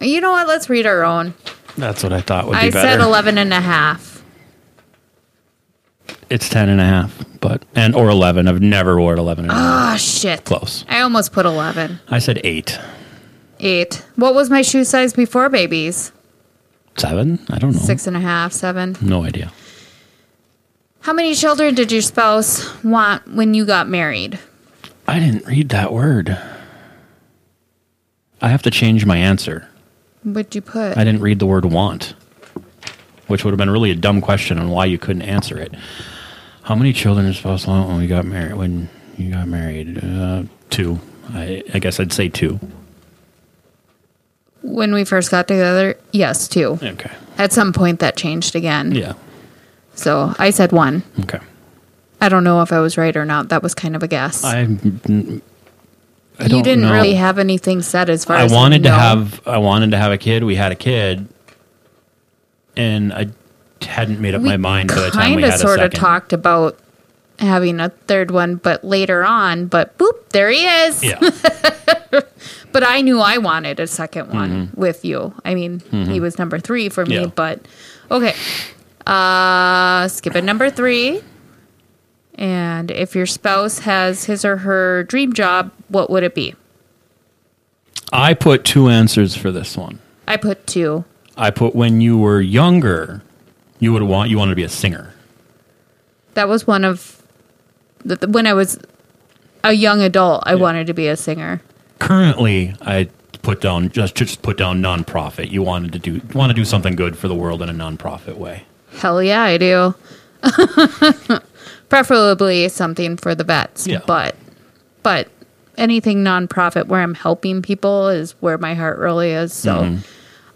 [SPEAKER 2] You know what? Let's read our own.
[SPEAKER 1] That's what I thought would be
[SPEAKER 2] I
[SPEAKER 1] better.
[SPEAKER 2] said 11 and a half.
[SPEAKER 1] It's 10 and a half, but and or 11. I've never worn 11 and a half.
[SPEAKER 2] Oh, shit.
[SPEAKER 1] Close.
[SPEAKER 2] I almost put 11.
[SPEAKER 1] I said 8.
[SPEAKER 2] Eight. What was my shoe size before babies?
[SPEAKER 1] 7? I don't know.
[SPEAKER 2] Six and a half, seven.
[SPEAKER 1] No idea.
[SPEAKER 2] How many children did your spouse want when you got married?
[SPEAKER 1] I didn't read that word. I have to change my answer.
[SPEAKER 2] What'd you put?
[SPEAKER 1] I didn't read the word want, which would have been really a dumb question on why you couldn't answer it. How many children is supposed to want when we got married? When you got married, uh, two. I, I guess I'd say two.
[SPEAKER 2] When we first got together, yes, two.
[SPEAKER 1] Okay.
[SPEAKER 2] At some point, that changed again.
[SPEAKER 1] Yeah.
[SPEAKER 2] So I said one.
[SPEAKER 1] Okay.
[SPEAKER 2] I don't know if I was right or not. That was kind of a guess.
[SPEAKER 1] I. mm, I
[SPEAKER 2] you
[SPEAKER 1] don't
[SPEAKER 2] didn't
[SPEAKER 1] know.
[SPEAKER 2] really have anything said as far
[SPEAKER 1] I
[SPEAKER 2] as
[SPEAKER 1] wanted to
[SPEAKER 2] no.
[SPEAKER 1] have. I wanted to have a kid. We had a kid, and I hadn't made up
[SPEAKER 2] We
[SPEAKER 1] my mind by the time we
[SPEAKER 2] kinda
[SPEAKER 1] had a
[SPEAKER 2] sorta
[SPEAKER 1] second.
[SPEAKER 2] talked about having a third one, but later on. But boop, there he is.
[SPEAKER 1] Yeah.
[SPEAKER 2] But I knew I wanted a second one
[SPEAKER 1] Mm-hmm.
[SPEAKER 2] with you. I mean, he was number three for me,
[SPEAKER 1] Yeah.
[SPEAKER 2] but okay. Uh, skip it. Number three And if your spouse has his or her dream job, what would it be?
[SPEAKER 1] I put two answers for this one.
[SPEAKER 2] I put two.
[SPEAKER 1] I put when you were younger, you would want you wanted to be a singer.
[SPEAKER 2] That was one of the, the- when I was a young adult, I wanted to be a singer.
[SPEAKER 1] Currently, I put down just just put down nonprofit. You wanted to do want to do something good for the world in a nonprofit way.
[SPEAKER 2] Hell yeah, I do. Preferably something for the vets,
[SPEAKER 1] Yeah.
[SPEAKER 2] but but anything nonprofit where I'm helping people is where my heart really is. So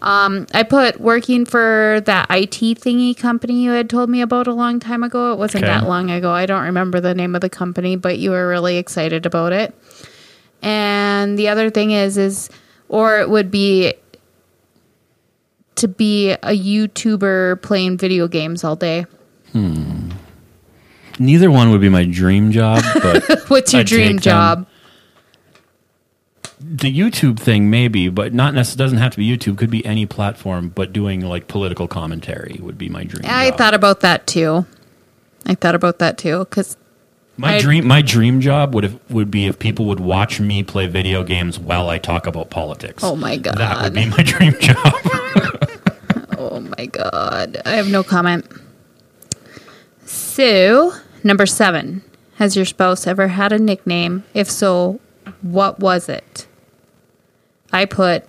[SPEAKER 2] um, I put working for that IT thingy company you had told me about a long time ago. It wasn't
[SPEAKER 1] Okay.
[SPEAKER 2] that long ago. I don't remember the name of the company, but you were really excited about it. And the other thing is is or it would be to be a YouTuber playing video games all day.
[SPEAKER 1] Neither one would be my dream job, but
[SPEAKER 2] What's your
[SPEAKER 1] I'd
[SPEAKER 2] dream
[SPEAKER 1] take them.
[SPEAKER 2] job?
[SPEAKER 1] the YouTube thing maybe, but not necess- doesn't have to be YouTube. Could be any platform, but doing like political commentary would be my dream.
[SPEAKER 2] I
[SPEAKER 1] job.
[SPEAKER 2] thought about that too. I thought about that too because
[SPEAKER 1] My
[SPEAKER 2] I-
[SPEAKER 1] dream, my dream job would have, would be if people would watch me play video games while I talk about politics.
[SPEAKER 2] Oh my God.
[SPEAKER 1] that would be my dream job.
[SPEAKER 2] oh my god, I have no comment. So number seven, has your spouse ever had a nickname? If so, what was it? I put.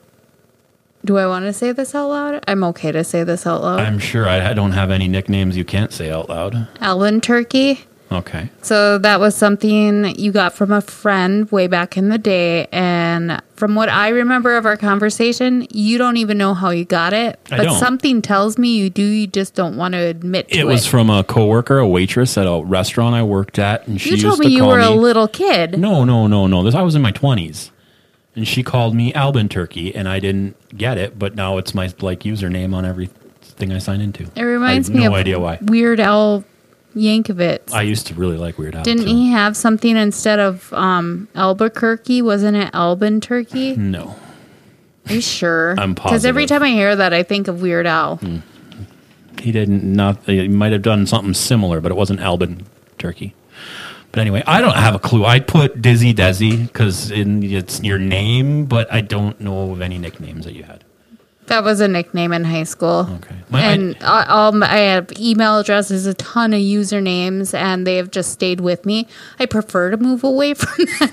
[SPEAKER 2] Do I want to say this out loud? I'm okay to say this out loud.
[SPEAKER 1] I'm sure I, I don't have any nicknames you can't say out loud.
[SPEAKER 2] Alvin Turkey.
[SPEAKER 1] Okay,
[SPEAKER 2] So that was something that you got from a friend way back in the day. And from what I remember of our conversation, you don't even know how you got it.
[SPEAKER 1] I
[SPEAKER 2] but
[SPEAKER 1] don't.
[SPEAKER 2] something tells me you do, you just don't want to admit to it.
[SPEAKER 1] it was from a coworker, a waitress at a restaurant I worked at, and she
[SPEAKER 2] you
[SPEAKER 1] used
[SPEAKER 2] told
[SPEAKER 1] to
[SPEAKER 2] me you
[SPEAKER 1] call
[SPEAKER 2] were a
[SPEAKER 1] me-
[SPEAKER 2] little kid.
[SPEAKER 1] No, no, no, no. This I was in my twenties, and she called me Albin Turkey, and I didn't get it. But now it's my like username on everything I sign into.
[SPEAKER 2] It reminds
[SPEAKER 1] I have
[SPEAKER 2] me
[SPEAKER 1] no
[SPEAKER 2] of
[SPEAKER 1] idea why.
[SPEAKER 2] Weird Al Yankovic.
[SPEAKER 1] I used to really like Weird Al.
[SPEAKER 2] Didn't
[SPEAKER 1] too.
[SPEAKER 2] he have something instead of um, Albuquerque? Wasn't it Albin Turkey?
[SPEAKER 1] No.
[SPEAKER 2] Are you sure?
[SPEAKER 1] Hmm. I'm
[SPEAKER 2] Because every
[SPEAKER 1] positive. Hmm.
[SPEAKER 2] time I hear that, I think of Weird Al.
[SPEAKER 1] he didn't not he might have done something similar but it wasn't albin turkey but anyway i don't have a clue i put dizzy desi because it's your name but i don't know of any nicknames that you had
[SPEAKER 2] That was a nickname in high school.
[SPEAKER 1] Okay. My-
[SPEAKER 2] and I, all my- I have email addresses, a ton of usernames, and they have just stayed with me. I prefer to move away from that,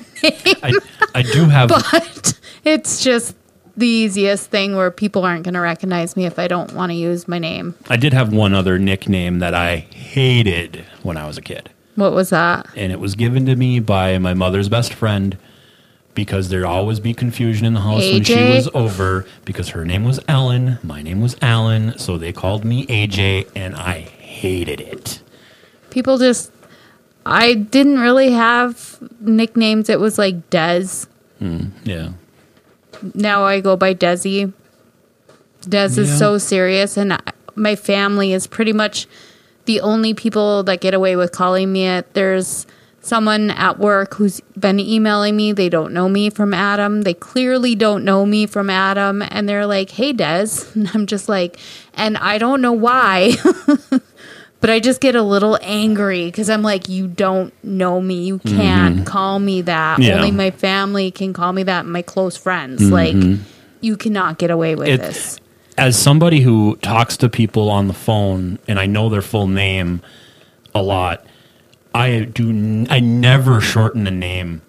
[SPEAKER 1] i, I do have
[SPEAKER 2] but it's just the easiest thing where people aren't going to recognize me if I don't want to use my name.
[SPEAKER 1] i did have one other nickname that i hated when i was a kid
[SPEAKER 2] What was that?
[SPEAKER 1] and it was given to me by my mother's best friend because there'd always be confusion in the house when she
[SPEAKER 2] AJ?
[SPEAKER 1] was over because her name was Ellen, my name was Alan, so they called me AJ and I hated it.
[SPEAKER 2] People just. I didn't really have nicknames. It was like Des.
[SPEAKER 1] Yeah.
[SPEAKER 2] now I go by Desi. Des
[SPEAKER 1] Yeah.
[SPEAKER 2] is so serious, and I, my family is pretty much the only people that get away with calling me it. There's someone at work who's been emailing me. They don't know me from Adam. They clearly don't know me from Adam, and they're like, "Hey, Des," and I'm just like, and I don't know why. But I just get a little angry because I'm like, you don't know me. You can't call me that.
[SPEAKER 1] Mm-hmm. Yeah. Mm-hmm.
[SPEAKER 2] Only my family can call me that. and My close friends. Like, you cannot get away with
[SPEAKER 1] It-
[SPEAKER 2] this.
[SPEAKER 1] As somebody who talks to people on the phone and I know their full name a lot, I do n- I never shorten a name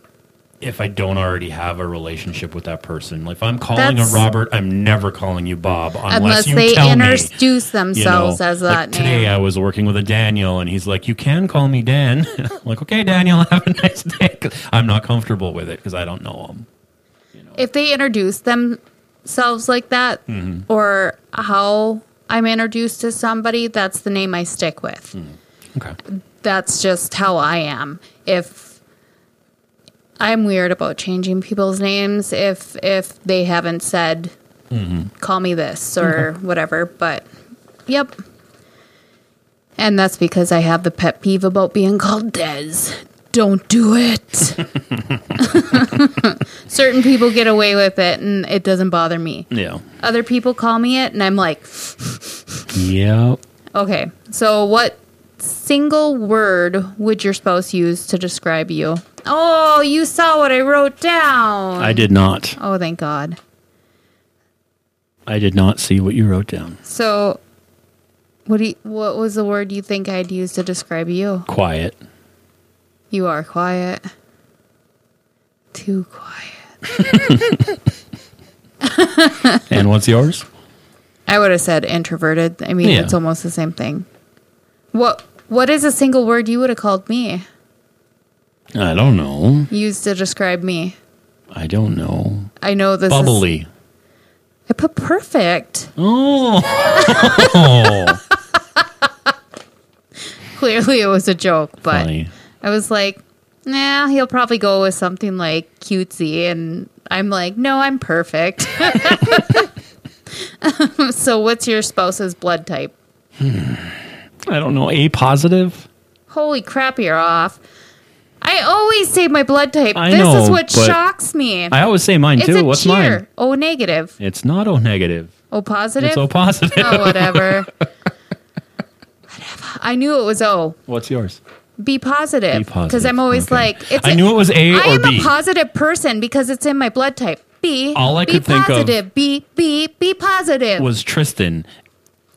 [SPEAKER 1] if I don't already have a relationship with that person. Like if I'm calling
[SPEAKER 2] That's-
[SPEAKER 1] a Robert, I'm never calling you Bob unless,
[SPEAKER 2] Unless,
[SPEAKER 1] you
[SPEAKER 2] they
[SPEAKER 1] tell me.
[SPEAKER 2] introduce
[SPEAKER 1] you
[SPEAKER 2] themselves
[SPEAKER 1] know,
[SPEAKER 2] as
[SPEAKER 1] like
[SPEAKER 2] that
[SPEAKER 1] Today
[SPEAKER 2] name.
[SPEAKER 1] I was working with a Daniel, and he's like, "You can call me Dan." I'm like, okay, Daniel, have a nice day. 'Cause I'm not comfortable with it because I don't know him.
[SPEAKER 2] if they introduce themselves like that,
[SPEAKER 1] Mm-hmm.
[SPEAKER 2] or how I'm introduced to somebody, that's the name I stick with.
[SPEAKER 1] Okay,
[SPEAKER 2] that's just how I am. If I'm weird about changing people's names, if if they haven't said, call me this or whatever, but yep. And that's because I have the pet peeve about being called Des. Don't do it. Certain people get away with it, and it doesn't bother me.
[SPEAKER 1] yeah,
[SPEAKER 2] Other people call me it, and I'm like,
[SPEAKER 1] yep.
[SPEAKER 2] Okay. So what single word would your spouse use to describe you? Oh, you saw what I wrote down.
[SPEAKER 1] I did not.
[SPEAKER 2] Oh, thank God.
[SPEAKER 1] I did not see what you wrote down.
[SPEAKER 2] So, what do you, what was the word you think I'd use to describe you?
[SPEAKER 1] Quiet.
[SPEAKER 2] You are quiet. Too quiet.
[SPEAKER 1] And what's yours?
[SPEAKER 2] I would have said introverted. I mean,
[SPEAKER 1] Yeah.
[SPEAKER 2] it's almost the same thing. What what is a single word you would have called me?
[SPEAKER 1] I don't know.
[SPEAKER 2] Used to describe me.
[SPEAKER 1] I don't know.
[SPEAKER 2] I know this is-
[SPEAKER 1] Bubbly.
[SPEAKER 2] I put perfect.
[SPEAKER 1] Oh.
[SPEAKER 2] Clearly, it was a joke, but
[SPEAKER 1] Funny.
[SPEAKER 2] I was like, nah, he'll probably go with something like cutesy. And I'm like, no, I'm perfect. so, what's your spouse's blood type?
[SPEAKER 1] I don't know. A positive?
[SPEAKER 2] Holy crap, you're off. I always say my blood type.
[SPEAKER 1] I
[SPEAKER 2] this
[SPEAKER 1] know,
[SPEAKER 2] is what
[SPEAKER 1] but
[SPEAKER 2] shocks me.
[SPEAKER 1] I always say mine
[SPEAKER 2] it's
[SPEAKER 1] too.
[SPEAKER 2] a
[SPEAKER 1] What's
[SPEAKER 2] cheer.
[SPEAKER 1] mine?
[SPEAKER 2] O negative.
[SPEAKER 1] It's not O negative.
[SPEAKER 2] O positive.
[SPEAKER 1] It's O positive.
[SPEAKER 2] oh, whatever. whatever. I knew it was O.
[SPEAKER 1] What's yours?
[SPEAKER 2] Be positive.
[SPEAKER 1] Be positive.
[SPEAKER 2] Because I'm always
[SPEAKER 1] Okay.
[SPEAKER 2] like, it's
[SPEAKER 1] I
[SPEAKER 2] a-
[SPEAKER 1] knew it was A
[SPEAKER 2] I
[SPEAKER 1] or
[SPEAKER 2] am
[SPEAKER 1] B.
[SPEAKER 2] a positive person because it's in my blood type. Be
[SPEAKER 1] All I
[SPEAKER 2] be
[SPEAKER 1] could think of-
[SPEAKER 2] positive. Be be be positive.
[SPEAKER 1] was Tristan.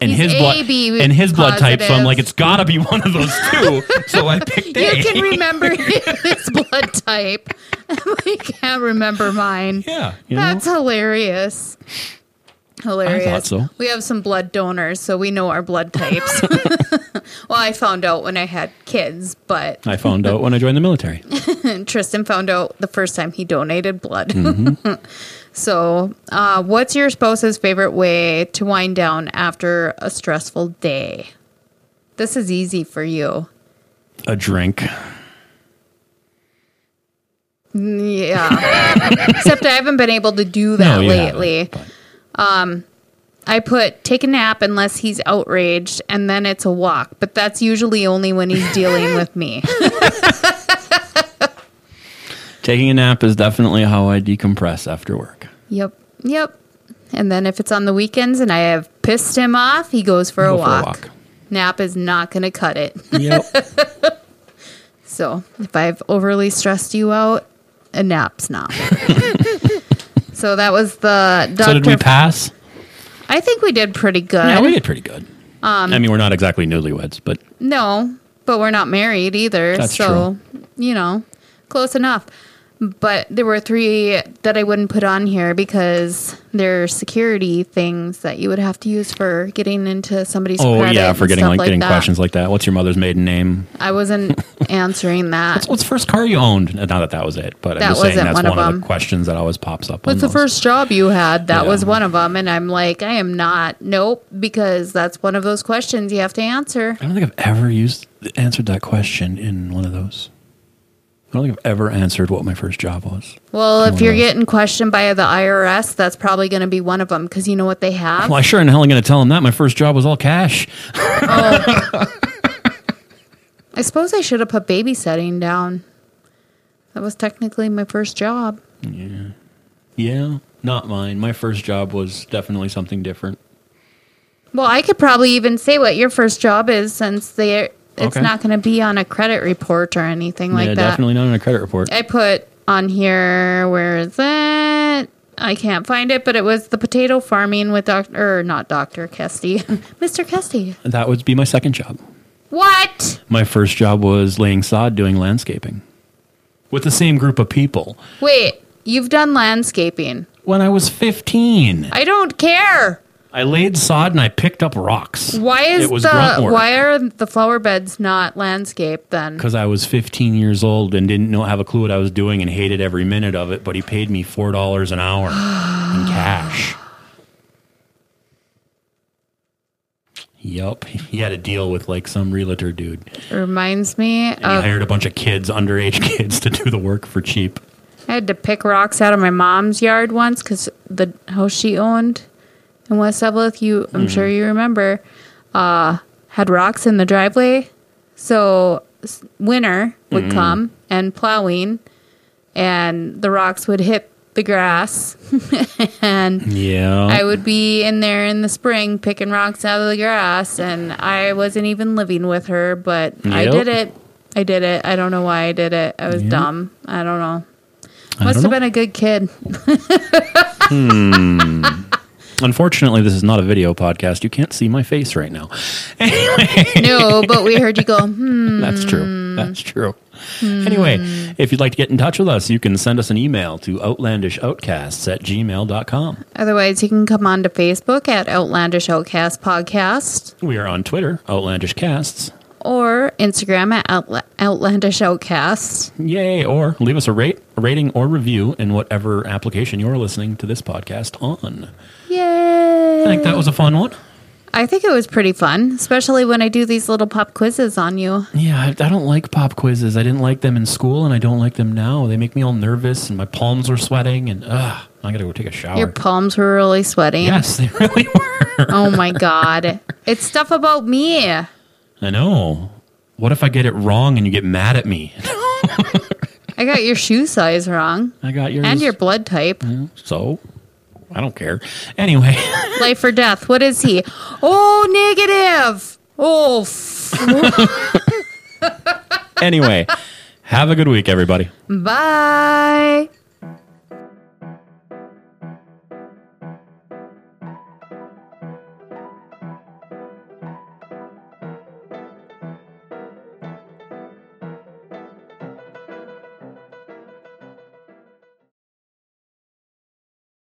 [SPEAKER 1] And
[SPEAKER 2] He's
[SPEAKER 1] his
[SPEAKER 2] A,
[SPEAKER 1] blood
[SPEAKER 2] B
[SPEAKER 1] and his blood type, so I'm
[SPEAKER 2] positive.
[SPEAKER 1] like, it's gotta be one of those two. so I picked
[SPEAKER 2] you
[SPEAKER 1] A.
[SPEAKER 2] can remember his blood type. I can't remember mine.
[SPEAKER 1] yeah, you know?
[SPEAKER 2] That's hilarious. Hilarious.
[SPEAKER 1] so.
[SPEAKER 2] We have some blood donors, so we know our blood types. well, I found out when I had kids, but
[SPEAKER 1] I found out when I joined the military.
[SPEAKER 2] Tristan found out the first time he donated blood.
[SPEAKER 1] Mm-hmm.
[SPEAKER 2] so, uh, what's your spouse's favorite way to wind down after a stressful day? This is easy for you.
[SPEAKER 1] A drink.
[SPEAKER 2] Yeah. Except I haven't been able to do that
[SPEAKER 1] you haven't,
[SPEAKER 2] lately.
[SPEAKER 1] but-
[SPEAKER 2] I put take a nap unless he's outraged, and then it's a walk. But that's usually only when he's dealing with me.
[SPEAKER 1] Taking a nap is definitely how I decompress after work.
[SPEAKER 2] Yep. Yep. And then if it's on the weekends and I have pissed him off, he goes for, a,
[SPEAKER 1] Go for a
[SPEAKER 2] walk.
[SPEAKER 1] walk.
[SPEAKER 2] Nap is not going to cut it.
[SPEAKER 1] Yep.
[SPEAKER 2] So if I've overly stressed you out, a nap's not. so that was the doctor.
[SPEAKER 1] so did we pass?
[SPEAKER 2] I think we did pretty good.
[SPEAKER 1] Yeah, we did pretty good.
[SPEAKER 2] Um,
[SPEAKER 1] I mean, we're not exactly newlyweds, but
[SPEAKER 2] No, but we're not married either.
[SPEAKER 1] That's
[SPEAKER 2] so, you know, close enough. But there were three that I wouldn't put on here because they're security things that you would have to use for getting into somebody's
[SPEAKER 1] oh
[SPEAKER 2] credit
[SPEAKER 1] yeah,
[SPEAKER 2] and
[SPEAKER 1] for getting
[SPEAKER 2] stuff
[SPEAKER 1] like, getting
[SPEAKER 2] that.
[SPEAKER 1] questions like that. What's your mother's maiden name?
[SPEAKER 2] I wasn't answering that.
[SPEAKER 1] What's the first car you owned? Not that that was it, but
[SPEAKER 2] That
[SPEAKER 1] I'm just saying
[SPEAKER 2] wasn't
[SPEAKER 1] that's
[SPEAKER 2] one
[SPEAKER 1] one,
[SPEAKER 2] of
[SPEAKER 1] of,
[SPEAKER 2] them.
[SPEAKER 1] the questions that always pops up. on
[SPEAKER 2] What's the
[SPEAKER 1] those.
[SPEAKER 2] first job you had? That
[SPEAKER 1] Yeah.
[SPEAKER 2] was one of them. And I'm like, I am not. Nope. Because that's one of those questions you have to answer.
[SPEAKER 1] I don't think I've ever used answered that question in one of those. I don't think I've ever answered what my first job was.
[SPEAKER 2] Well,
[SPEAKER 1] One
[SPEAKER 2] if
[SPEAKER 1] of
[SPEAKER 2] you're
[SPEAKER 1] those.
[SPEAKER 2] getting questioned by the IRS, that's probably going to be one of them because you know what they have?
[SPEAKER 1] Well, I sure in hell am going to tell them that my first job was all cash.
[SPEAKER 2] I suppose I should have put babysitting down. That was technically my first job.
[SPEAKER 1] Yeah, not mine. My first job was definitely something different.
[SPEAKER 2] Well, I could probably even say what your first job is since they it's
[SPEAKER 1] Okay.
[SPEAKER 2] not going to be on a credit report or anything like
[SPEAKER 1] yeah,
[SPEAKER 2] that. Eh.
[SPEAKER 1] definitely not in a credit report.
[SPEAKER 2] I put on here where is it? I can't find it, but it was the potato farming with Doctor or not Doctor Kesty, Mr. Kesty.
[SPEAKER 1] That would be my second job.
[SPEAKER 2] What?
[SPEAKER 1] My first job was laying sod doing landscaping with the same group of people
[SPEAKER 2] Wait, you've done landscaping.
[SPEAKER 1] when I was 15.
[SPEAKER 2] I don't care.
[SPEAKER 1] I laid sod and I picked up rocks.
[SPEAKER 2] Why is
[SPEAKER 1] it was
[SPEAKER 2] the
[SPEAKER 1] grunt work.
[SPEAKER 2] why are the flower beds not landscaped then?
[SPEAKER 1] because I was 15 years old and didn't know have a clue what I was doing and hated every minute of it. But he paid me four dollars an hour in cash. Yup, he had a deal with like some realtor dude.
[SPEAKER 2] It reminds me
[SPEAKER 1] And
[SPEAKER 2] of
[SPEAKER 1] he hired a bunch of kids, underage kids, to do the work for cheap.
[SPEAKER 2] I had to pick rocks out of my mom's yard once because the house she owned in West Eveleth, you I'm sure you remember, uh, had rocks in the driveway. So s- winter would come and plowing, and the rocks would hit the grass.
[SPEAKER 1] Mm-hmm.
[SPEAKER 2] and
[SPEAKER 1] Yeah.
[SPEAKER 2] I would be in there in the spring picking rocks out of the grass, and I wasn't even living with her, but I
[SPEAKER 1] Yep.
[SPEAKER 2] did it. I did it. I don't know why I did it. I was dumb. I don't know.
[SPEAKER 1] I
[SPEAKER 2] Must
[SPEAKER 1] don't
[SPEAKER 2] have
[SPEAKER 1] know.
[SPEAKER 2] been a good kid.
[SPEAKER 1] Unfortunately, this is not a video podcast. You can't see my face right now.
[SPEAKER 2] no, but we heard you go, hmm.
[SPEAKER 1] That's true. That's true. Anyway, if you'd like to get in touch with us, you can send us an email to outlandishoutcasts at gmail.com.
[SPEAKER 2] Otherwise, you can come on to Facebook at Outlandish Outcast Podcast
[SPEAKER 1] We are on Twitter, Outlandish Casts.
[SPEAKER 2] or Instagram at Outla- Outlandish Outcast.
[SPEAKER 1] Yay. Or leave us a rate, a rating, or review in whatever application you're listening to this podcast on.
[SPEAKER 2] Yay!
[SPEAKER 1] I think that was a fun one.
[SPEAKER 2] I think it was pretty fun, especially when I do these little pop quizzes on you.
[SPEAKER 1] Yeah, I, I don't like pop quizzes. I didn't like them in school, and I don't like them now. They make me all nervous, and my palms are sweating, and ugh, I gotta go take a shower.
[SPEAKER 2] Your palms were really sweating.
[SPEAKER 1] Oh. yes, they really were.
[SPEAKER 2] Oh my god. It's stuff about me. I
[SPEAKER 1] I know. What if I get it wrong and you get mad at me?
[SPEAKER 2] got your shoe size wrong
[SPEAKER 1] I got yours.
[SPEAKER 2] and your blood type.
[SPEAKER 1] so I don't care. Anyway,
[SPEAKER 2] Life or death. What is he? Oh, negative. Oh, f-
[SPEAKER 1] anyway, have a good week, everybody.
[SPEAKER 2] bye.